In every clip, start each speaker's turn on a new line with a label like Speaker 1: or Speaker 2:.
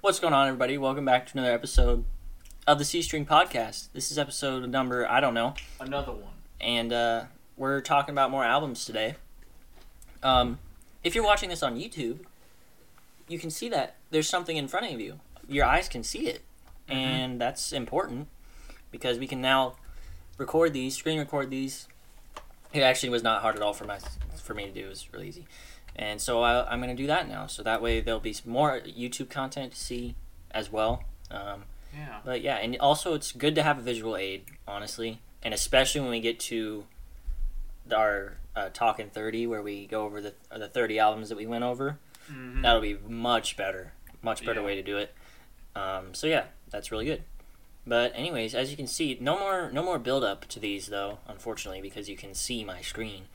Speaker 1: What's going on, everybody? Welcome back to another episode of the C String Podcast. This is episode number, I don't know,
Speaker 2: Another one.
Speaker 1: and uh, we're talking about more albums today. Um, if you're watching this on YouTube, you can see that there's something in front of you. Your eyes can see it, and that's important because we can now record these, screen record these. It actually was not hard at all for my for me to do. It was really easy, and so I, I'm going to do that now. So that way there'll be some more YouTube content to see as well. Um,
Speaker 2: Yeah.
Speaker 1: but yeah, and also it's good to have a visual aid, honestly, and especially when we get to the- our uh, talking thirty, where we go over the uh, the thirty albums that we went over.
Speaker 2: Mhm.
Speaker 1: That'll be much better, much better
Speaker 2: Yeah.
Speaker 1: way to do it. Um, so yeah, that's really good. But anyways, as you can see, no more no more build up to these though, unfortunately, because you can see my screen.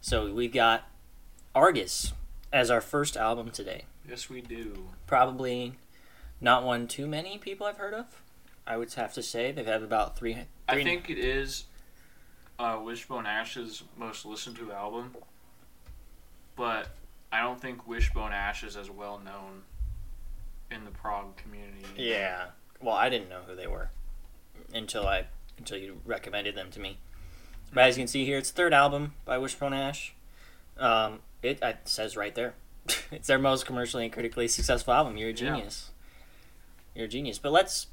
Speaker 1: So we've got Argus as our first album today
Speaker 2: Yes, we do.
Speaker 1: probably not one too many people I've heard of. I would have to say they've had about three.
Speaker 2: I
Speaker 1: three-
Speaker 2: think it is uh, Wishbone Ash's most listened to album, but I don't think Wishbone Ash is as well known in the prog community.
Speaker 1: Yeah. Well, I didn't know who they were until I until you recommended them to me. But as you can see here, it's the third album by Wishbone Ash. Um, it, I- it says right there, it's their most commercially and critically successful album. You're a
Speaker 2: Yeah.
Speaker 1: genius. You're a genius. But let's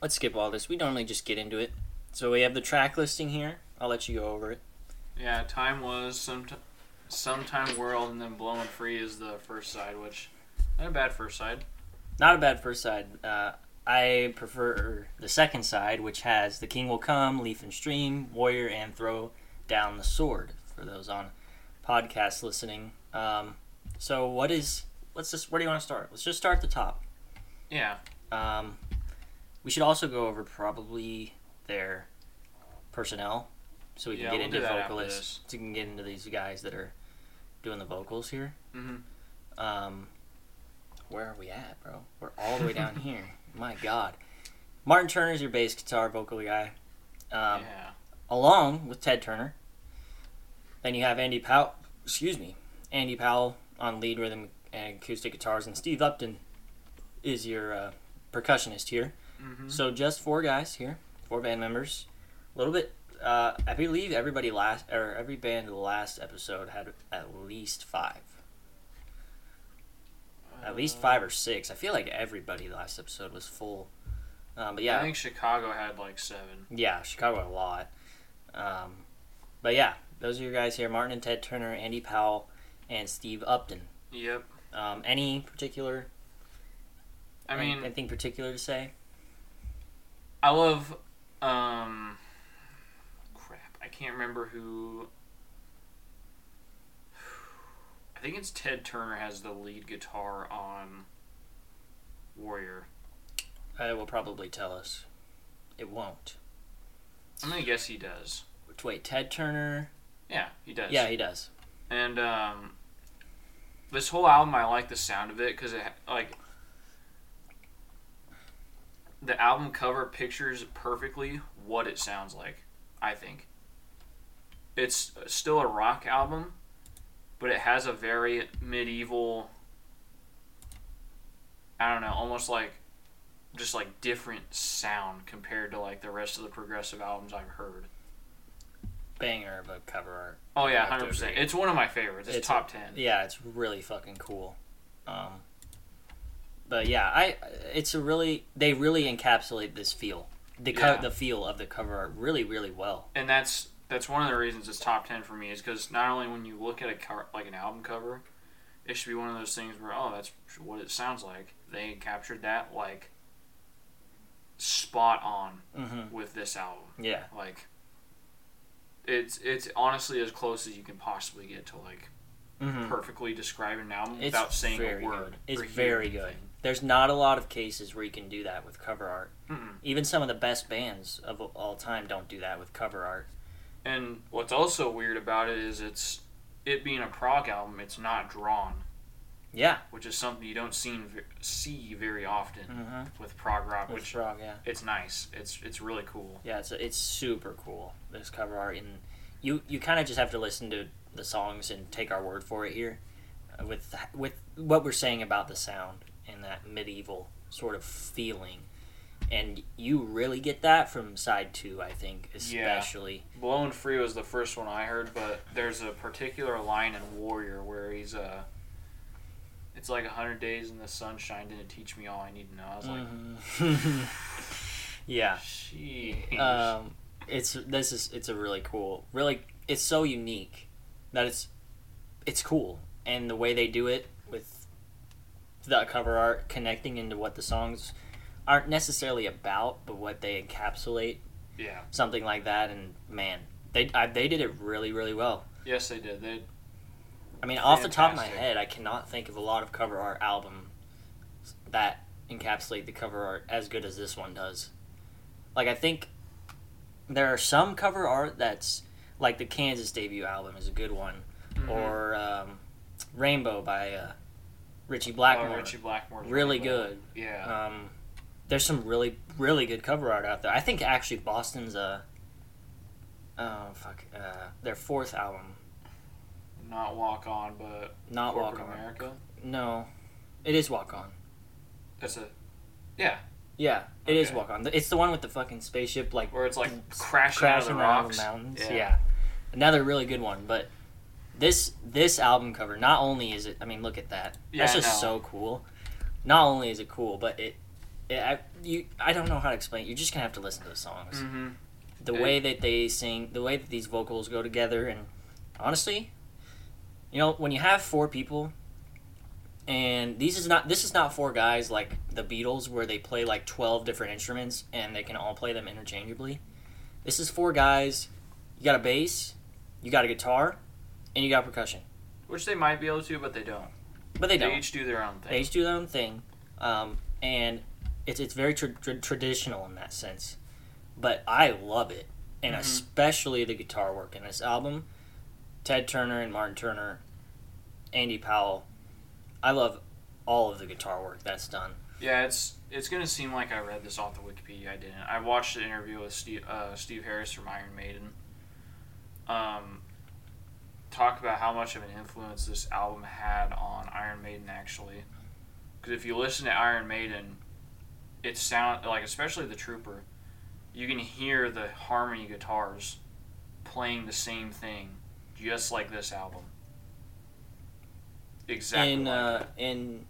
Speaker 1: let's skip all this. We normally just get into it. So we have the track listing here. I'll let you go over it.
Speaker 2: Yeah, Time Was, Somet- Sometime World, and then Blowing Free is the first side, which. Not a bad first side.
Speaker 1: Not a bad first side. Uh, I prefer the second side, which has The King Will Come, Leaf and Stream, Warrior, and Throw Down the Sword for those on podcast listening. Um, so, what is. Let's just. Where do you want to start? Let's just start at the top.
Speaker 2: Yeah.
Speaker 1: Um, we should also go over probably their personnel so we can
Speaker 2: Yeah,
Speaker 1: get
Speaker 2: we'll
Speaker 1: into
Speaker 2: do that after
Speaker 1: vocalists.
Speaker 2: this.
Speaker 1: So we can get into these guys that are doing the vocals here.
Speaker 2: hmm
Speaker 1: Um, where are we at, bro? We're all the way down here. My God, Martin Turner's your bass guitar vocal guy, um,
Speaker 2: yeah.
Speaker 1: along with Ted Turner. Then you have Andy Powell. Excuse me, Andy Powell on lead rhythm and acoustic guitars, and Steve Upton is your uh, percussionist here.
Speaker 2: hmm
Speaker 1: So just four guys here, four band members. A little bit. Uh, I believe everybody last or every band last episode had at least five. At
Speaker 2: Uh,
Speaker 1: least five or six. I feel like everybody last episode was full. Um, but yeah,
Speaker 2: I think Chicago had like seven.
Speaker 1: yeah, Chicago a lot. Um, but yeah, those are your guys here: Martin and Ted Turner, Andy Powell, and Steve Upton.
Speaker 2: Yep.
Speaker 1: Um, any particular?
Speaker 2: I mean,
Speaker 1: anything particular to say?
Speaker 2: I love um crap. I can't remember who I think it's Ted Turner has the lead guitar on Warrior.
Speaker 1: I Uh, will probably tell us. It won't.
Speaker 2: I'm gonna guess he does.
Speaker 1: Wait, Ted Turner.
Speaker 2: Yeah, he does.
Speaker 1: Yeah, he does.
Speaker 2: And um this whole album I like the sound of it cuz it ha- like the album cover pictures perfectly what it sounds like, I think. It's still a rock album, but it has a very medieval I don't know, almost like just like different sound compared to like the rest of the progressive albums I've heard.
Speaker 1: Banger of a cover art.
Speaker 2: Oh yeah,
Speaker 1: I have to
Speaker 2: hundred percent.
Speaker 1: agree.
Speaker 2: It's one of my favorites. It's,
Speaker 1: It's-
Speaker 2: top ten.
Speaker 1: Yeah, it's really fucking cool. Um, but yeah, I it's a really they really encapsulate this feel the co-
Speaker 2: Yeah.
Speaker 1: the feel of the cover art really really well.
Speaker 2: and that's that's one of the reasons it's top ten for me is because not only when you look at a cover, like an album cover, it should be one of those things where oh that's what it sounds like. They captured that like spot on
Speaker 1: Mm-hmm.
Speaker 2: with this album.
Speaker 1: Yeah,
Speaker 2: Like it's it's honestly as close as you can possibly get to like
Speaker 1: mm-hmm.
Speaker 2: perfectly describing an album
Speaker 1: It's
Speaker 2: without saying
Speaker 1: very
Speaker 2: a
Speaker 1: good.
Speaker 2: word.
Speaker 1: It's
Speaker 2: or hearing
Speaker 1: very good.
Speaker 2: anything.
Speaker 1: There's not a lot of cases where you can do that with cover art.
Speaker 2: Mm-mm.
Speaker 1: Even some of the best bands of all time don't do that with cover art.
Speaker 2: And what's also weird about it is it's it being a prog album. It's not drawn.
Speaker 1: Yeah,
Speaker 2: which is something you don't see see very often
Speaker 1: Mhm.
Speaker 2: with prog rock,
Speaker 1: with
Speaker 2: which
Speaker 1: Frog, yeah.
Speaker 2: it's nice. It's it's really cool.
Speaker 1: Yeah, it's it's super cool. This cover art, and you you kind of just have to listen to the songs and take our word for it here, uh, with with what we're saying about the sound and that medieval sort of feeling. And you really get that from side two, I think,
Speaker 2: Yeah.
Speaker 1: especially.
Speaker 2: Blown Free was the first one I heard, but there's a particular line in Warrior where he's uh it's like a hundred days in the sunshine didn't teach me all I need to know. I was like, "Ah,
Speaker 1: Mhm. yeah.
Speaker 2: sheesh.
Speaker 1: Um, it's this is it's a really cool, really it's so unique that it's it's cool, and the way they do it with the cover art connecting into what the songs aren't necessarily about, but what they encapsulate,
Speaker 2: yeah.
Speaker 1: something like that. And man, they I, they did it really really well.
Speaker 2: Yes they did. They
Speaker 1: I mean, off the top of my
Speaker 2: Fantastic.
Speaker 1: head, I cannot think of a lot of cover art album that encapsulate the cover art as good as this one does. Like I think there are some cover art that's like the Kansas debut album is a good one,
Speaker 2: mhm.
Speaker 1: or um, Rainbow by uh, Richie
Speaker 2: Oh,
Speaker 1: Blackmore,
Speaker 2: Richie Blackmore.
Speaker 1: really good.
Speaker 2: Yeah.
Speaker 1: Um, there's some really really good cover art out there. I think actually Boston's uh oh fuck uh, their fourth album,
Speaker 2: Not walk on but
Speaker 1: not
Speaker 2: Corporate
Speaker 1: Walk On.
Speaker 2: America.
Speaker 1: No, it is Walk On.
Speaker 2: That's a
Speaker 1: Yeah, it is
Speaker 2: Okay.
Speaker 1: Walk On. It's the one with the fucking spaceship like
Speaker 2: where it's like
Speaker 1: It's
Speaker 2: crashing,
Speaker 1: crashing
Speaker 2: out
Speaker 1: out
Speaker 2: of
Speaker 1: of
Speaker 2: the rocks.
Speaker 1: the mountains.
Speaker 2: Yeah.
Speaker 1: Yeah. another really good one. But this this album cover, not only is it, I mean, look at that.
Speaker 2: Yeah,
Speaker 1: That's
Speaker 2: I
Speaker 1: just
Speaker 2: know.
Speaker 1: so cool. Not only is it cool, but it, it I, you, I don't know how to explain. it. You're just gonna have to listen to the songs.
Speaker 2: Mm-hmm.
Speaker 1: The
Speaker 2: It-
Speaker 1: way that they sing, the way that these vocals go together, and honestly, you know, when you have four people. And these is not this is not four guys like the Beatles where they play like twelve different instruments and they can all play them interchangeably. This is four guys. You got a bass, you got a guitar, and you got percussion.
Speaker 2: Which they might be able to, but they don't.
Speaker 1: But they
Speaker 2: They,
Speaker 1: don't.
Speaker 2: each do their own
Speaker 1: They
Speaker 2: thing.
Speaker 1: each do their own thing, um, and it's it's very tra- tra- traditional in that sense. But I love it, and
Speaker 2: Mhm.
Speaker 1: especially the guitar work in this album. Ted Turner and Martin Turner, Andy Powell. I love all of the guitar work that's done.
Speaker 2: Yeah, it's it's gonna seem like I read this off the Wikipedia. I didn't. I watched an interview with Steve uh, Steve Harris from Iron Maiden. Um, talk about how much of an influence this album had on Iron Maiden actually, because if you listen to Iron Maiden, it sound like especially the Trooper, you can hear the harmony guitars playing the same thing, just like this album. Exactly.
Speaker 1: in
Speaker 2: like
Speaker 1: uh,
Speaker 2: it.
Speaker 1: in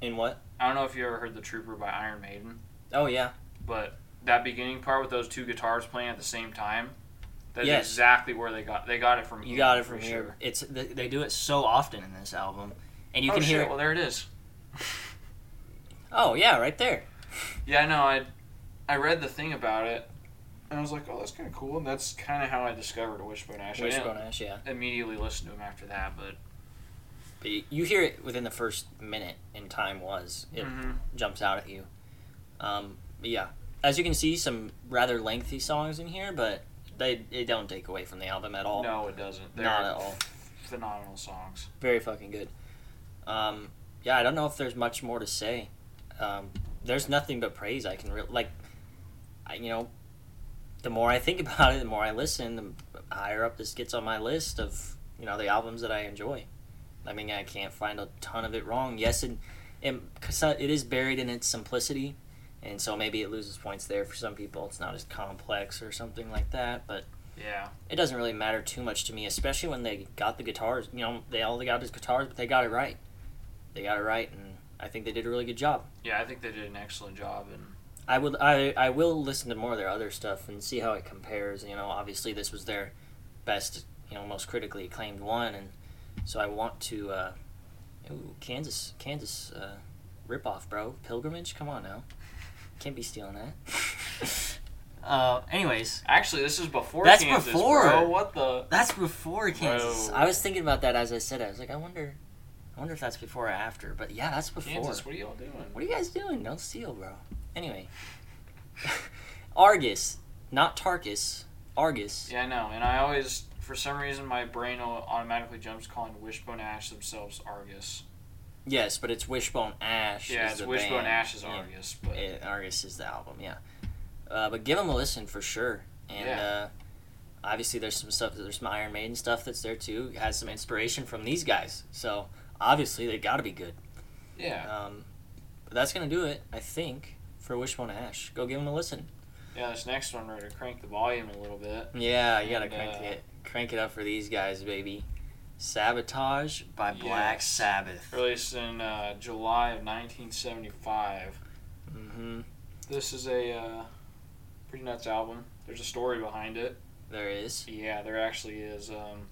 Speaker 1: in what?
Speaker 2: I don't know if you ever heard the Trooper by Iron Maiden
Speaker 1: Oh yeah,
Speaker 2: but that beginning part with those two guitars playing at the same time that's
Speaker 1: Yes.
Speaker 2: exactly where they got they got it from
Speaker 1: you
Speaker 2: Ian,
Speaker 1: got it
Speaker 2: Mm-hmm. for
Speaker 1: from
Speaker 2: sure.
Speaker 1: here. It's they, they do it so often in this album, and you
Speaker 2: oh,
Speaker 1: can
Speaker 2: shit,
Speaker 1: hear.
Speaker 2: well there it is
Speaker 1: Oh yeah, right there.
Speaker 2: yeah i know i i read the thing about it and i was like oh that's kind of cool and that's kind of how i discovered wishbone ash i
Speaker 1: Wishbone
Speaker 2: didn't
Speaker 1: Ash, yeah.
Speaker 2: immediately listen to him after that but
Speaker 1: But y- you hear it within the first minute in time was it
Speaker 2: Mhm.
Speaker 1: jumps out at you um, but yeah as you can see some rather lengthy songs in here but they, they don't take away from the album at all
Speaker 2: no it doesn't they're
Speaker 1: not at all
Speaker 2: phenomenal songs
Speaker 1: very fucking good um, yeah i don't know if there's much more to say um, there's nothing but praise i can re- like I, you know the more i think about it the more i listen the higher up this gets on my list of you know the albums that i enjoy i mean i can't find a ton of it wrong yes and it, 'cause it is buried in its simplicity and so maybe it loses points there for some people it's not as complex or something like that but
Speaker 2: yeah
Speaker 1: it doesn't really matter too much to me, especially when they got the guitars. You know, they all they got is guitars, but they got it right. They got it right, and I think they did a really good job.
Speaker 2: yeah i think they did an excellent job and
Speaker 1: I would, I, I will listen to more of their other stuff and see how it compares. You know, obviously this was their best, you know, most critically acclaimed one, and so I want to. Uh, ooh, Kansas, Kansas, uh, ripoff, bro. Pilgrimage, come on now, can't be stealing that. uh, anyways,
Speaker 2: actually this is before
Speaker 1: That's
Speaker 2: Kansas,
Speaker 1: before.
Speaker 2: bro. what the
Speaker 1: That's before Kansas.
Speaker 2: Whoa.
Speaker 1: I was thinking about that as I said. it. I was like, I wonder, I wonder if that's before or after. But yeah, that's before.
Speaker 2: kansas what are y'all doing
Speaker 1: What are you guys doing? Don't steal, bro. Anyway, Argus, not Tarkus. Argus.
Speaker 2: Yeah, I know. And I always, for some reason, my brain au- automatically jumps calling Wishbone Ash themselves Argus.
Speaker 1: Yes, but it's Wishbone Ash.
Speaker 2: yeah,
Speaker 1: is
Speaker 2: it's
Speaker 1: the
Speaker 2: Wishbone
Speaker 1: band.
Speaker 2: Ash is
Speaker 1: Yeah.
Speaker 2: Argus, but
Speaker 1: Eh, Argus is the album. Yeah, uh, but give them a listen for sure. And
Speaker 2: Yeah.
Speaker 1: uh, obviously, there's some stuff. There's some Iron Maiden stuff that's there too. It has some inspiration from these guys. So obviously, they got to be good.
Speaker 2: yeah,
Speaker 1: Um, but that's gonna do it, I think, for Wishbone Ash. Go give them a listen.
Speaker 2: Yeah, this next one, we're going to crank the volume a little bit.
Speaker 1: Yeah, you gotta
Speaker 2: And,
Speaker 1: crank
Speaker 2: uh,
Speaker 1: it, crank it up for these guys, baby. Sabotage by
Speaker 2: Yeah.
Speaker 1: Black Sabbath.
Speaker 2: Released in uh, July of 1975.
Speaker 1: hmm
Speaker 2: This is a uh, pretty nuts album. There's a story behind it.
Speaker 1: There it is.
Speaker 2: Yeah, there actually is. Um,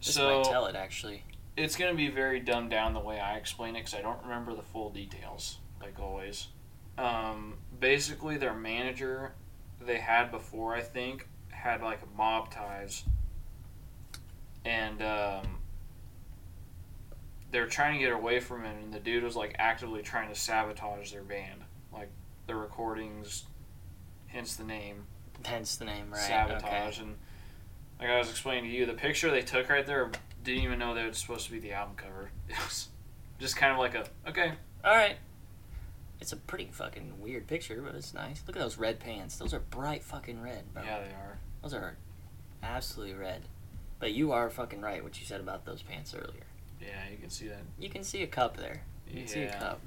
Speaker 1: This
Speaker 2: so
Speaker 1: might tell it actually.
Speaker 2: it's going to be very dumbed down the way I explain it because I don't remember the full details, like always. Um, basically, their manager they had before, I think, had like mob ties. And um, they were trying to get away from him, and the dude was like actively trying to sabotage their band, like the recordings, hence the name
Speaker 1: Hence the name, right?
Speaker 2: sabotage and like I was explaining to you, the picture they took right there didn't even know that was supposed to be the album cover. It was just kind of like a okay,
Speaker 1: All right. It's a pretty fucking weird picture, but it's nice. Look at those red pants. Those are bright fucking red, bro.
Speaker 2: yeah, they are.
Speaker 1: Those are absolutely red. But you are fucking right what you said about those pants earlier.
Speaker 2: Yeah, you can see that.
Speaker 1: You can see a cup there. You can see a
Speaker 2: Yeah.
Speaker 1: cup.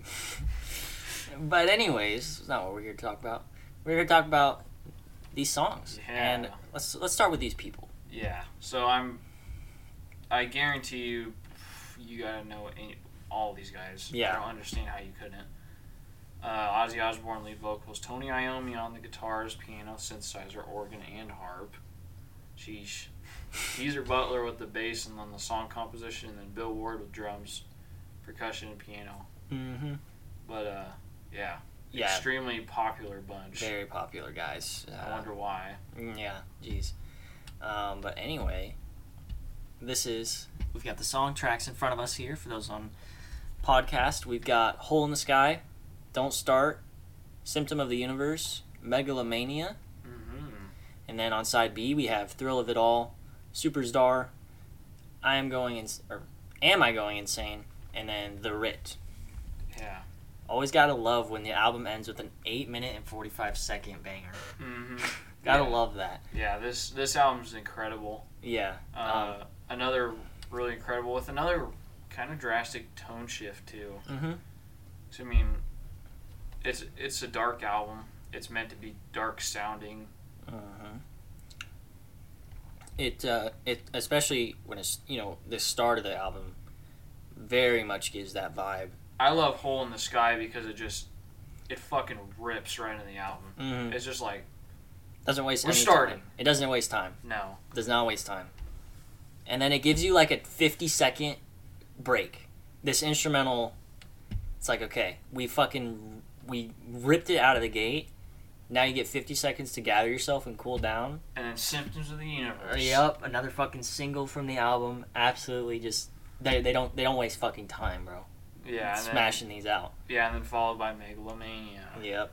Speaker 1: but anyways, it's not what we're here to talk about. We're here to talk about these songs. And
Speaker 2: Yeah.
Speaker 1: let's let's start with these people.
Speaker 2: Yeah. So I'm, I guarantee you, you gotta know any, all these guys.
Speaker 1: Yeah.
Speaker 2: I don't understand how you couldn't. Uh, Ozzy Osbourne lead vocals, Tony Iommi on the guitars, piano, synthesizer, organ, and harp. Sheesh. Geezer Butler with the bass and then the song composition, and then Bill Ward with drums, percussion, and piano.
Speaker 1: Mm-hmm.
Speaker 2: But uh, yeah,
Speaker 1: Yeah.
Speaker 2: extremely popular bunch.
Speaker 1: Very popular guys.
Speaker 2: I
Speaker 1: Uh,
Speaker 2: wonder why.
Speaker 1: yeah, jeez. Um, but anyway, this is we've got the song tracks in front of us here for those on podcast. We've got Hole in the Sky, Don't Start, Symptom of the Universe, Megalomania,
Speaker 2: Mm-hmm.
Speaker 1: and then on side B we have Thrill of It All, Superstar, I am going ins or Am I going insane, and then The Writ.
Speaker 2: Yeah.
Speaker 1: Always gotta love when the album ends with an eight minute and forty five second banger.
Speaker 2: Mm-hmm.
Speaker 1: Gotta
Speaker 2: yeah.
Speaker 1: love that.
Speaker 2: Yeah, this this album's incredible.
Speaker 1: Yeah.
Speaker 2: Uh,
Speaker 1: Um,
Speaker 2: another really incredible with another kind of drastic tone shift too.
Speaker 1: um, hmm
Speaker 2: 'Cause, I mean, it's it's a dark album. It's meant to be dark sounding.
Speaker 1: Mhm. It uh, it especially when it's you know the start of the album, very much gives that vibe.
Speaker 2: I love Hole in the Sky because it just it fucking rips right in the album.
Speaker 1: Mm-hmm.
Speaker 2: It's just like
Speaker 1: Doesn't waste.
Speaker 2: We're
Speaker 1: any
Speaker 2: starting.
Speaker 1: Time. It doesn't waste time.
Speaker 2: no,
Speaker 1: Does not waste time. And then it gives you like a fifty second break. This instrumental, it's like okay, we fucking we ripped it out of the gate. Now you get fifty seconds to gather yourself and cool down.
Speaker 2: and then Symptoms of the Universe.
Speaker 1: Yep, another fucking single from the album. Absolutely, just they, they don't they don't waste fucking time, bro.
Speaker 2: Yeah, and then,
Speaker 1: smashing these out.
Speaker 2: yeah, and then followed by Megalomania,
Speaker 1: Yep.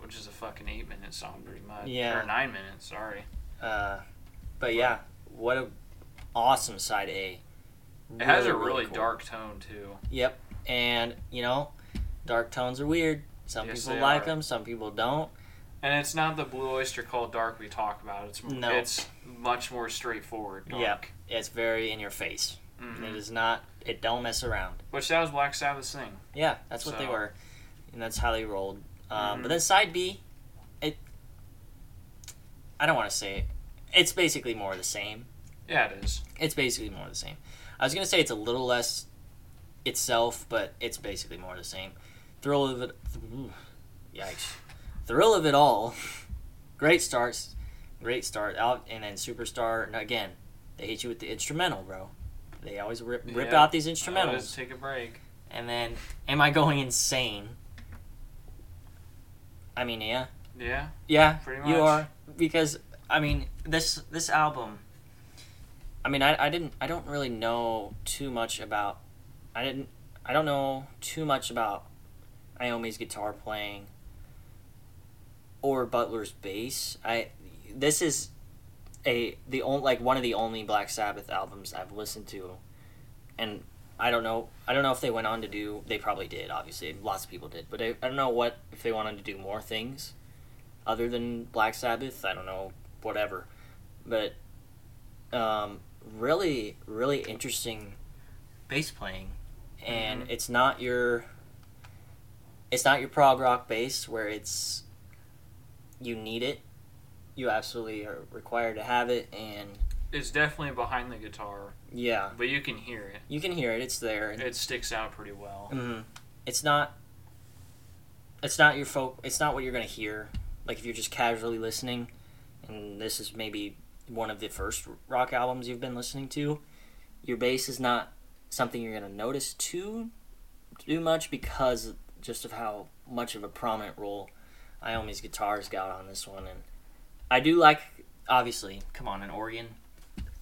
Speaker 2: which is a fucking eight minute song, pretty much.
Speaker 1: Yeah.
Speaker 2: or nine minutes. Sorry.
Speaker 1: Uh, but yeah, what a awesome side A.
Speaker 2: It has a
Speaker 1: Really,
Speaker 2: really,
Speaker 1: really cool.
Speaker 2: dark tone too.
Speaker 1: Yep, and you know, dark tones are weird. Some
Speaker 2: Yes,
Speaker 1: people
Speaker 2: they
Speaker 1: like
Speaker 2: are.
Speaker 1: them, some people don't.
Speaker 2: And it's not the Blue Oyster Cult dark we talk about. It's
Speaker 1: No.
Speaker 2: it's much more straightforward dark.
Speaker 1: Yep. It's very in your face.
Speaker 2: Mhm.
Speaker 1: It is not. It don't mess around.
Speaker 2: Which that was Black Sabbath's thing.
Speaker 1: Yeah, that's what they
Speaker 2: So-
Speaker 1: were, and that's how they rolled. Um,
Speaker 2: Mhm.
Speaker 1: But then side B, it. I don't want to say it. It's basically more of the same.
Speaker 2: Yeah, it is.
Speaker 1: It's basically more of the same. I was gonna say it's a little less itself, but it's basically more of the same. Thrill of it, ooh, yikes! Thrill of it all. great starts, great start out, and then superstar. And again, they hit you with the instrumental, bro. They always rip, rip
Speaker 2: Yeah.
Speaker 1: out these
Speaker 2: Instrumental.
Speaker 1: instrumentals.
Speaker 2: take a break.
Speaker 1: And then, am I going insane? I mean, yeah,
Speaker 2: Yeah.
Speaker 1: yeah,
Speaker 2: Pretty
Speaker 1: you
Speaker 2: much.
Speaker 1: are because I mean this this album. I mean, I, I didn't I don't really know too much about I didn't I don't know too much about Iomi's guitar playing or Butler's bass. I this is a the only like one of the only Black Sabbath albums I've listened to, and I don't know I don't know if they went on to do they probably did obviously lots of people did but I, I don't know what if they wanted to do more things other than Black Sabbath I don't know whatever, but um, really really interesting bass playing, and
Speaker 2: Mhm.
Speaker 1: it's not your It's not your prog rock base where it's you need it. You absolutely are required to have it and
Speaker 2: It's definitely behind the guitar,
Speaker 1: yeah,
Speaker 2: but you can hear it.
Speaker 1: you can hear it. It's there. and-
Speaker 2: It sticks out pretty well.
Speaker 1: Mhm. It's not. It's not your folk. It's not what you're gonna hear. Like if you're just casually listening, and this is maybe one of the first rock albums you've been listening to, your bass is not something you're gonna notice too too much because just of how much of a prominent role Iomi's guitars got on this one, and I do like obviously. Come on, an organ.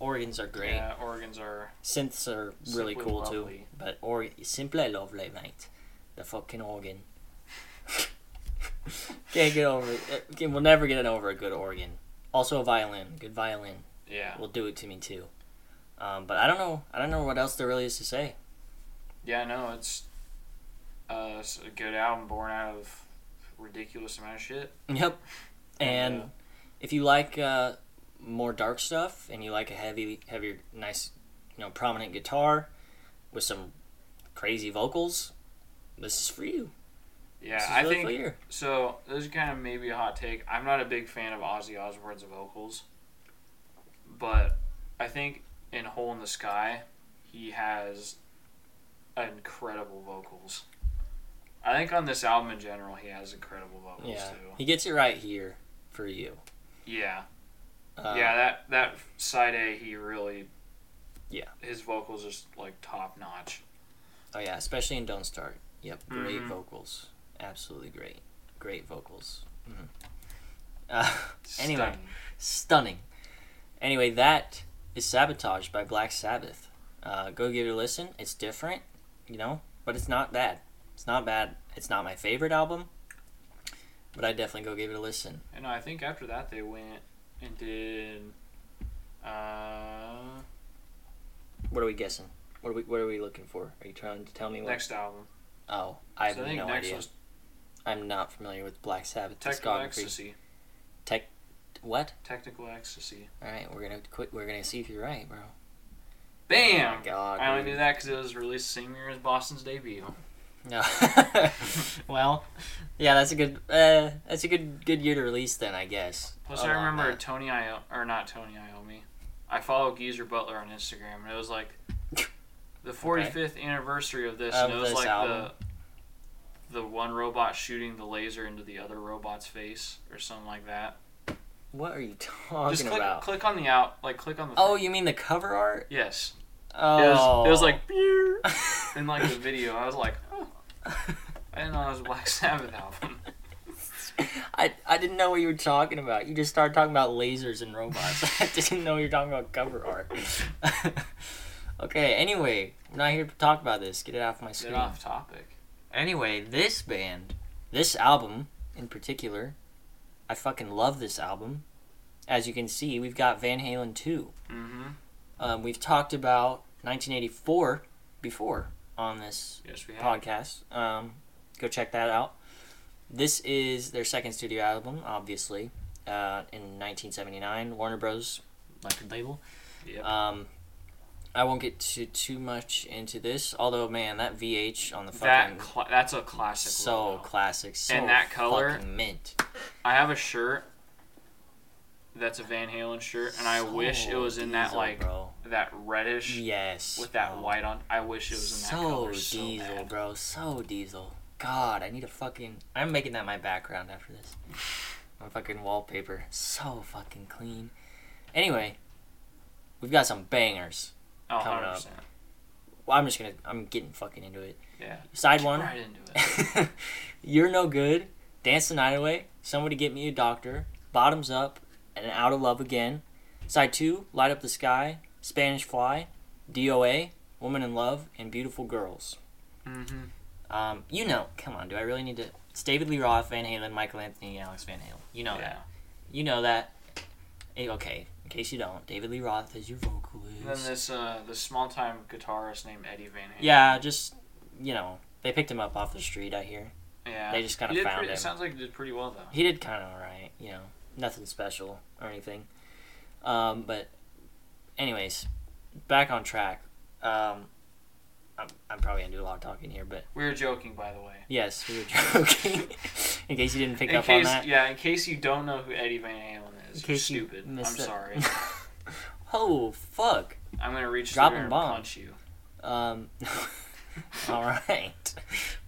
Speaker 1: Organs are great.
Speaker 2: Yeah, organs are.
Speaker 1: Synths are really
Speaker 2: Simply
Speaker 1: cool too,
Speaker 2: lovely.
Speaker 1: but or simply lovely, mate. The fucking organ. Can't get over it. Uh, can- We'll never get over a good organ. Also, a violin. Good violin
Speaker 2: Yeah.
Speaker 1: will do it to me too. Um, but I don't know. I don't know what else there really is to say.
Speaker 2: Yeah, no, it's, uh, it's a good album born out of ridiculous amount of shit.
Speaker 1: Yep. And
Speaker 2: Yeah.
Speaker 1: if you like uh, more dark stuff and you like a heavy, heavier, nice, you know, prominent guitar with some crazy vocals, this is for you.
Speaker 2: Yeah,
Speaker 1: This is
Speaker 2: I
Speaker 1: really
Speaker 2: think
Speaker 1: for you.
Speaker 2: so. This is kind of maybe a hot take. I'm not a big fan of Ozzy Osbourne's vocals, but I think in "Hole in the Sky," he has incredible vocals. I think on this album in general, he has incredible vocals
Speaker 1: Yeah,
Speaker 2: too.
Speaker 1: he gets it right here for you.
Speaker 2: Yeah,
Speaker 1: Uh,
Speaker 2: yeah. That that side A, he really.
Speaker 1: Yeah.
Speaker 2: His vocals is like top notch.
Speaker 1: Oh yeah, especially in "Don't Start." Yep, great
Speaker 2: Mhm.
Speaker 1: vocals. Absolutely great, great vocals. Mhm. Uh, Anyway.
Speaker 2: Stunning.
Speaker 1: stunning. Anyway, that is "Sabotage" by Black Sabbath. Uh, go give it a listen. It's different, you know, but it's not bad. It's not bad. It's not my favorite album, but I definitely go give it a listen.
Speaker 2: And I think after that they went and did. Uh,
Speaker 1: What are we guessing? What are we What are we looking for? Are you trying to tell me? What?
Speaker 2: next album.
Speaker 1: Oh, I have
Speaker 2: so I think
Speaker 1: no
Speaker 2: next
Speaker 1: idea.
Speaker 2: was
Speaker 1: I'm not familiar with Black Sabbath
Speaker 2: Technical
Speaker 1: discography.
Speaker 2: Ecstasy.
Speaker 1: What?
Speaker 2: Technical Ecstasy.
Speaker 1: All right, we're gonna quit. We're gonna see if you're right, bro. Oh
Speaker 2: Bam!
Speaker 1: my God.
Speaker 2: I only
Speaker 1: dude.
Speaker 2: knew that because it was released the same year as Boston's debut.
Speaker 1: No. well, yeah, that's a good. Uh, that's a good good year to release then, I guess.
Speaker 2: Plus, I
Speaker 1: Along
Speaker 2: remember
Speaker 1: that.
Speaker 2: Tony Io or not Tony Iommi. I follow Geezer Butler on Instagram, and it was like the 45th anniversary of this,
Speaker 1: Of
Speaker 2: and it was
Speaker 1: this
Speaker 2: like
Speaker 1: album.
Speaker 2: the the one robot shooting the laser into the other robot's face or something like that.
Speaker 1: What are you talking
Speaker 2: Just click
Speaker 1: about?
Speaker 2: click on the out, like click on the.
Speaker 1: oh, you mean the cover art?
Speaker 2: Yes.
Speaker 1: Oh,
Speaker 2: It was, it was like "Pew," in like the video. I was like, oh. I didn't know it was a Black Sabbath album.
Speaker 1: I I didn't know what you were talking about. You just started talking about lasers and robots. I didn't know you were talking about cover art. okay. Anyway, we're not here to talk about this. Get it off my
Speaker 2: Get
Speaker 1: screen.
Speaker 2: off topic.
Speaker 1: Anyway, this band, this album in particular, I fucking love this album. As you can see, we've got Van Halen 2.
Speaker 2: Mm-hmm.
Speaker 1: Um, we've talked about 1984 before on this
Speaker 2: Yes, we have.
Speaker 1: podcast. Um, go check that out. This is their second studio album, obviously, uh, in 1979, Warner Bros. record label.
Speaker 2: Yep.
Speaker 1: Um, I won't get too, too much into this, although, man, that VH on the
Speaker 2: That
Speaker 1: fucking
Speaker 2: cla- that's a classic.
Speaker 1: so
Speaker 2: logo.
Speaker 1: classic. So
Speaker 2: And that color?
Speaker 1: fucking mint.
Speaker 2: I have a shirt that's a Van Halen shirt, and I
Speaker 1: So
Speaker 2: wish it was in that
Speaker 1: diesel,
Speaker 2: like
Speaker 1: bro.
Speaker 2: that reddish
Speaker 1: Yes.
Speaker 2: with that
Speaker 1: bro.
Speaker 2: white on. I wish it was in that
Speaker 1: so
Speaker 2: color so
Speaker 1: diesel,
Speaker 2: bad.
Speaker 1: bro. So diesel. God, I need a fucking. I'm making that my background after this. My fucking wallpaper. So fucking clean. Anyway, we've got some bangers.
Speaker 2: Oh,
Speaker 1: Coming up.
Speaker 2: 100%.
Speaker 1: Well, I'm just gonna. I'm getting fucking into it.
Speaker 2: Yeah.
Speaker 1: Side one.
Speaker 2: Right into it.
Speaker 1: You're no good. Dance the night away. Somebody get me a doctor. Bottoms up and out of love again. Side two, light up the sky. Spanish fly. DOA. Woman in love and beautiful girls.
Speaker 2: Mm-hmm.
Speaker 1: Um, you know, come on, do I really need to? It's David Lee Roth, Van Halen, Michael Anthony, Alex Van Halen. You know
Speaker 2: Yeah.
Speaker 1: that. You know that. Eh, okay, in case you don't, David Lee Roth is your
Speaker 2: And then
Speaker 1: vocalist.
Speaker 2: this uh this small time guitarist named Eddie Van Halen.
Speaker 1: yeah, just you know, they picked him up off the street. I hear
Speaker 2: Yeah.
Speaker 1: they just kind
Speaker 2: He
Speaker 1: of
Speaker 2: did
Speaker 1: found
Speaker 2: pretty-
Speaker 1: him.
Speaker 2: It sounds like he did pretty well though.
Speaker 1: he did kind of alright, you know, nothing special or anything. Um, but, anyways, back on track. Um, I'm, I'm probably gonna do a lot of talking here, but
Speaker 2: We were joking, by the way.
Speaker 1: yes, we were joking. in case you didn't pick
Speaker 2: in
Speaker 1: up
Speaker 2: case,
Speaker 1: on that.
Speaker 2: yeah, in case you don't know who Eddie Van Halen is,
Speaker 1: In
Speaker 2: you're
Speaker 1: case you
Speaker 2: stupid. I'm
Speaker 1: missed it.
Speaker 2: sorry.
Speaker 1: Oh fuck.
Speaker 2: I'm gonna reach
Speaker 1: Drop
Speaker 2: through
Speaker 1: a
Speaker 2: and
Speaker 1: bomb.
Speaker 2: punch you.
Speaker 1: Um, all right,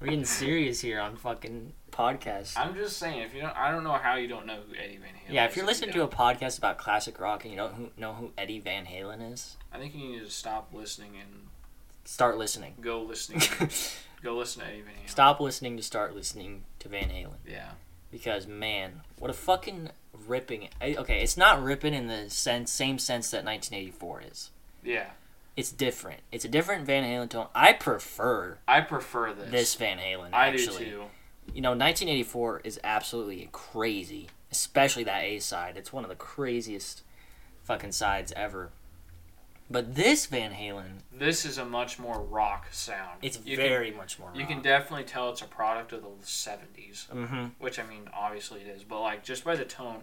Speaker 1: we're getting serious here on fucking podcasts.
Speaker 2: I'm just saying, if you don't, I don't know how you don't know who Eddie Van Halen.
Speaker 1: Yeah,
Speaker 2: is
Speaker 1: if you're listening
Speaker 2: you
Speaker 1: to a podcast about classic rock and you don't who- know who Eddie Van Halen is,
Speaker 2: don't. I think you need to stop listening and
Speaker 1: start listening.
Speaker 2: go listening. go listen to Eddie Van Halen.
Speaker 1: Stop listening to start listening to Van Halen
Speaker 2: Yeah,
Speaker 1: because man, what a fucking ripping. I- Okay, it's not ripping in the sense same sense that 1984 is.
Speaker 2: yeah.
Speaker 1: It's different. It's a different Van Halen tone. I prefer
Speaker 2: I prefer this.
Speaker 1: this Van Halen.
Speaker 2: I
Speaker 1: actually.
Speaker 2: do too.
Speaker 1: you know, 1984 is absolutely crazy, especially that A side. It's one of the craziest fucking sides ever. But this Van Halen,
Speaker 2: This is a much more rock sound.
Speaker 1: it's
Speaker 2: You can-
Speaker 1: very much more.
Speaker 2: you
Speaker 1: rock.
Speaker 2: can definitely tell it's a product of the 70s,
Speaker 1: Mhm.
Speaker 2: which I mean, obviously it is, but like just by the tone,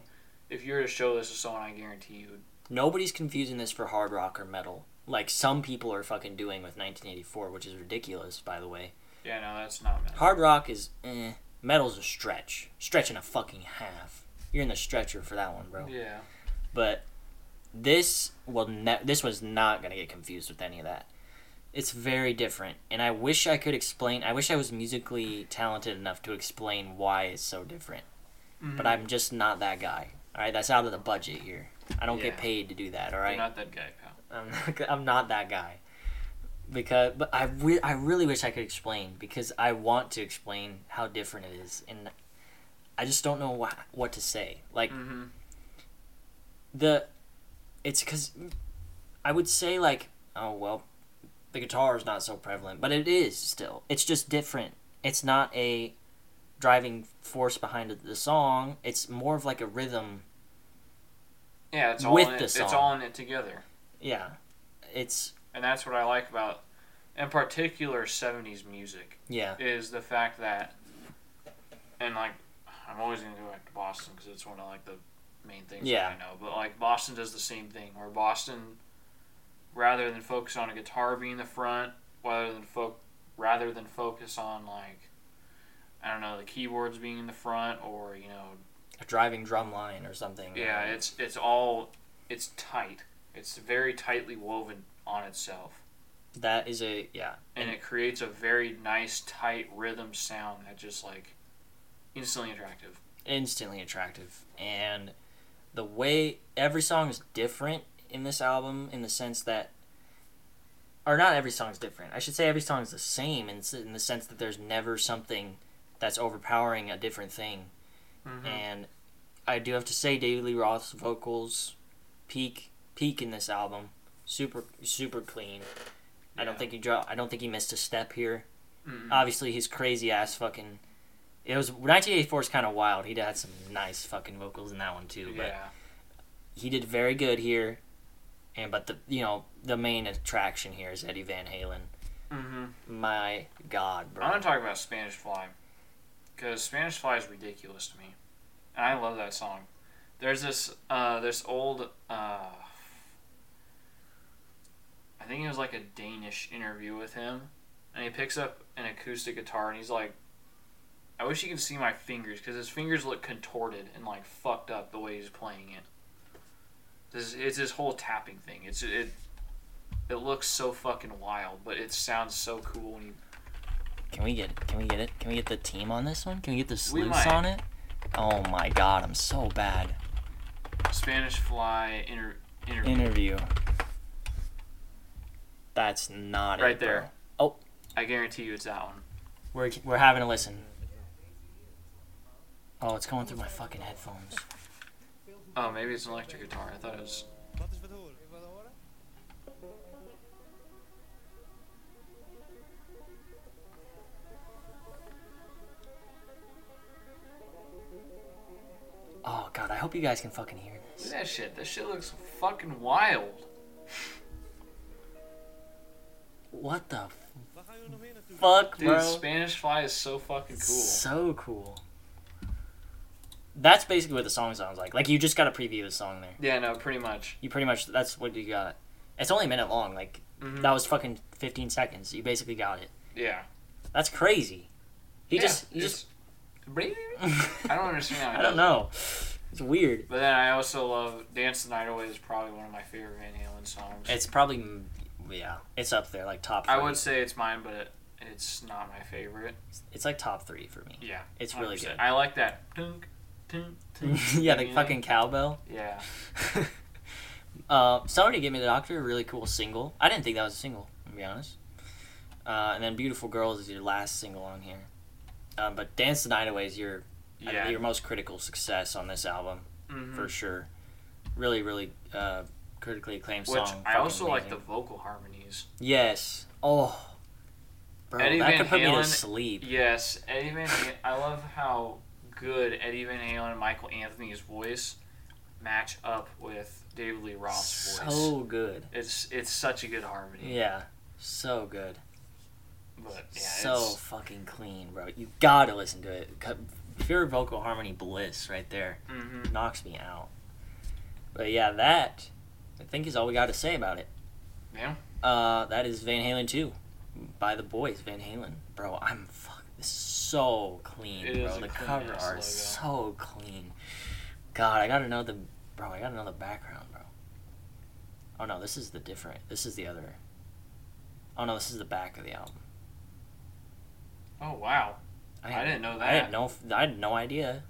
Speaker 2: if you were to show this to someone, I guarantee you
Speaker 1: Nobody's confusing this for hard rock or metal, like some people are fucking doing with 1984, which is ridiculous, by the way.
Speaker 2: Yeah, no, that's not metal.
Speaker 1: Hard rock is eh. Metal's a stretch, stretching a fucking half. You're in the stretcher for that one, bro.
Speaker 2: Yeah.
Speaker 1: but this will ne- this was not going to get confused with any of that it's very different and i wish i could explain i wish i was musically talented enough to explain why it's so different
Speaker 2: Mm-hmm. Hmm.
Speaker 1: but i'm just not that guy all right that's out of the budget here i don't get
Speaker 2: Yeah.
Speaker 1: paid to do that all
Speaker 2: You're
Speaker 1: right
Speaker 2: not that guy, pal.
Speaker 1: I'm not, g- I'm not that guy. Because, but I, re- I really wish I could explain because I want to explain how different it is, and I just don't know wha- what to say. Like
Speaker 2: Mhm.
Speaker 1: the, it's because I would say like, oh well, the guitar is not so prevalent, but it is still. It's just different. It's not a driving force behind the song. It's more of like a rhythm
Speaker 2: Yeah, it's all
Speaker 1: With
Speaker 2: in it.
Speaker 1: the
Speaker 2: It's
Speaker 1: song.
Speaker 2: all in it together,
Speaker 1: Yeah, it's
Speaker 2: and that's what I like about, in particular, '70s music
Speaker 1: yeah.
Speaker 2: is the fact that, and like, I'm always gonna go back to Boston because it's one of like the main things
Speaker 1: Yeah.
Speaker 2: that I know. But like, Boston does the same thing where Boston, rather than focus on a guitar being the front, rather than fo- rather than focus on like, I don't know, the keyboards being in the front or you know
Speaker 1: A driving drum line or something.
Speaker 2: Yeah, it's it's all it's tight. It's very tightly woven on itself,
Speaker 1: That is a yeah.
Speaker 2: and it creates a very nice tight rhythm sound that just like instantly attractive.
Speaker 1: instantly attractive and the way every song is different in this album in the sense that or not every song is different i should say every song is the same in, s- in the sense that there's never something that's overpowering a different thing
Speaker 2: Mm-hmm.
Speaker 1: and i do have to say david lee roth's vocals peak peak in this album super super clean i don't
Speaker 2: Yeah.
Speaker 1: think he draw i don't think he missed a step here
Speaker 2: Mhm.
Speaker 1: obviously his crazy ass fucking it was 1984 is kind of wild he had some nice fucking vocals in that one too but
Speaker 2: yeah,
Speaker 1: he did very good here and but the you know the main attraction here is eddie van halen
Speaker 2: hmm
Speaker 1: my god
Speaker 2: I
Speaker 1: bro
Speaker 2: want to talk about Spanish Fly because Spanish Fly is ridiculous to me, and I love that song. There's this uh, this old uh, I think it was like a Danish interview with him, and he picks up an acoustic guitar and he's like, "I wish you could see my fingers because his fingers look contorted and like fucked up the way he's playing it." This it's this whole tapping thing. It's it it looks so fucking wild, but it sounds so cool when you
Speaker 1: can we get can we get it can we get the team on this one can we get the
Speaker 2: We
Speaker 1: sleuths
Speaker 2: might.
Speaker 1: on it oh my god i'm so bad
Speaker 2: Spanish Fly inter- interview.
Speaker 1: interview that's not it,
Speaker 2: Right there.
Speaker 1: bro. Oh.
Speaker 2: I guarantee you it's that one.
Speaker 1: We're, we're having a listen. Oh, it's going through my fucking headphones.
Speaker 2: Oh, maybe it's an electric guitar. I thought it was.
Speaker 3: Wat is wat horen? Wat horen?
Speaker 1: Oh god, I hope you guys can fucking hear
Speaker 2: Look
Speaker 1: this.
Speaker 2: at that shit. That shit looks fucking wild.
Speaker 1: What the f-
Speaker 3: Waar gaan jullie nog meer naartoe?
Speaker 1: fuck,
Speaker 2: Dude,
Speaker 1: bro?
Speaker 2: Spanish Fly is so fucking cool.
Speaker 1: So cool. That's basically what the song sounds like. Like you just got a preview of the song there.
Speaker 2: Yeah, no, pretty much.
Speaker 1: You pretty much that's what you got. It's only a minute long. Like
Speaker 2: Mhm.
Speaker 1: That was fucking 15 seconds. You basically got it.
Speaker 2: yeah.
Speaker 1: That's crazy. He
Speaker 2: Yeah,
Speaker 1: just, he
Speaker 2: it's-
Speaker 1: just,
Speaker 2: I don't understand. How he
Speaker 1: I don't
Speaker 2: does it.
Speaker 1: know. It's weird.
Speaker 2: But then I also love "Dance the Night Away" is probably one of my favorite Van Halen songs.
Speaker 1: It's probably, mm, yeah, it's up there, like top three.
Speaker 2: I would say it's mine, but it's not my favorite.
Speaker 1: It's like top three for me.
Speaker 2: Yeah,
Speaker 1: It's really
Speaker 2: 100%.
Speaker 1: good.
Speaker 2: I like that. Dunk, dunk, dunk.
Speaker 1: yeah, the
Speaker 2: You know?
Speaker 1: fucking cowbell.
Speaker 2: Yeah,
Speaker 1: uh, Somebody Give Me the Doctor, a really cool single. I didn't think that was a single, to be honest. Uh, and then Beautiful Girls is your last single on here. Um, but Dance the Night Away is your, I think,
Speaker 2: yeah.
Speaker 1: your most critical success on this album,
Speaker 2: Mhm.
Speaker 1: for sure. Really, really uh, critically acclaimed
Speaker 2: Which
Speaker 1: song.
Speaker 2: I
Speaker 1: Fucking
Speaker 2: also like the
Speaker 1: amazing.
Speaker 2: vocal harmonies.
Speaker 1: Yes. Oh. Bro,
Speaker 2: Eddie
Speaker 1: that
Speaker 2: Van
Speaker 1: could put me to
Speaker 2: Halen-
Speaker 1: sleep.
Speaker 2: Yes, Eddie Van. Ha- I love how good Eddie Van Halen and Michael Anthony's voice match up with David Lee Roth's voice.
Speaker 1: So good.
Speaker 2: It's it's such a good harmony.
Speaker 1: Yeah. So good.
Speaker 2: But yeah,
Speaker 1: so
Speaker 2: it's,
Speaker 1: fucking clean, bro. You gotta listen to it. C- Pure vocal harmony bliss right there.
Speaker 2: hmm
Speaker 1: Knocks me out. But yeah, that I think is all we got to say about it.
Speaker 2: Yeah.
Speaker 1: Uh, that is Van Halen 2 by the boys, Van Halen. Bro, I'm fuck. This is so clean,
Speaker 2: It
Speaker 1: bro.
Speaker 2: is a
Speaker 1: the
Speaker 2: clean
Speaker 1: cover
Speaker 2: ass
Speaker 1: art is so clean. God, I gotta know the bro. I gotta know the background, bro. Oh no, this is the different. This is the other. Oh no, this is the back of the album.
Speaker 2: Oh wow. I
Speaker 1: had-
Speaker 2: didn't know
Speaker 1: I
Speaker 2: that.
Speaker 1: didn't know. I had no idea.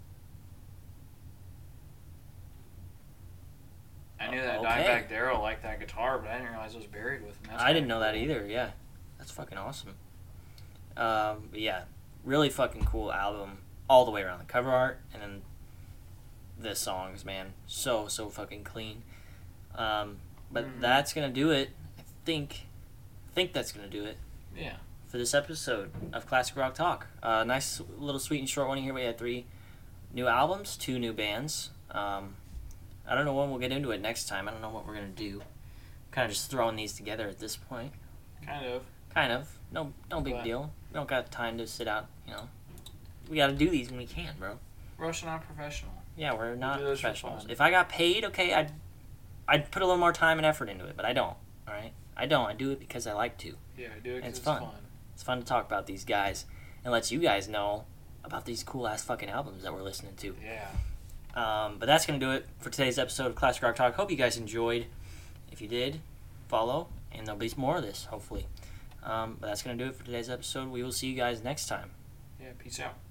Speaker 2: I knew that
Speaker 1: Okay.
Speaker 2: Dimebag Daryl liked that guitar, but I didn't realize it was buried with him. That's
Speaker 1: I didn't
Speaker 2: kinda
Speaker 1: know that
Speaker 2: cool.
Speaker 1: either. Yeah, that's fucking awesome. Um, but yeah, really fucking cool album all the way around. The cover art and then the songs, man, so so fucking clean. Um, but
Speaker 2: Mhm.
Speaker 1: that's gonna do it. I think, I think that's gonna do it.
Speaker 2: Yeah.
Speaker 1: for this episode of Classic Rock Talk. Uh, nice little sweet and short one here. We had three new albums, two new bands. Um, I don't know when we'll get into it next time. I don't know what we're gonna do. Kind of just throwing these together at this point.
Speaker 2: Kind of.
Speaker 1: Kind of. No, no big
Speaker 2: Right.
Speaker 1: deal. We don't got time to sit out. You know, we got to do these when we can, bro.
Speaker 2: Russian not professional.
Speaker 1: Yeah, we're not
Speaker 2: do this for
Speaker 1: professionals.
Speaker 2: fun.
Speaker 1: If I got paid, okay, I'd I'd put a little more time and effort into it, but I don't. All right, I don't. I do it because I like to.
Speaker 2: Yeah, I do it 'cause
Speaker 1: It's
Speaker 2: it's,
Speaker 1: fun.
Speaker 2: fun.
Speaker 1: It's fun to talk about these guys and let you guys know about these cool ass fucking albums that we're listening to.
Speaker 2: Yeah.
Speaker 1: Um, but that's going to do it for today's episode of Classic Rock Talk. Hope you guys enjoyed. If you did, follow, and there'll be some more of this, hopefully. Um, but that's going to do it for today's episode. We will see you guys next time.
Speaker 2: Yeah, peace out.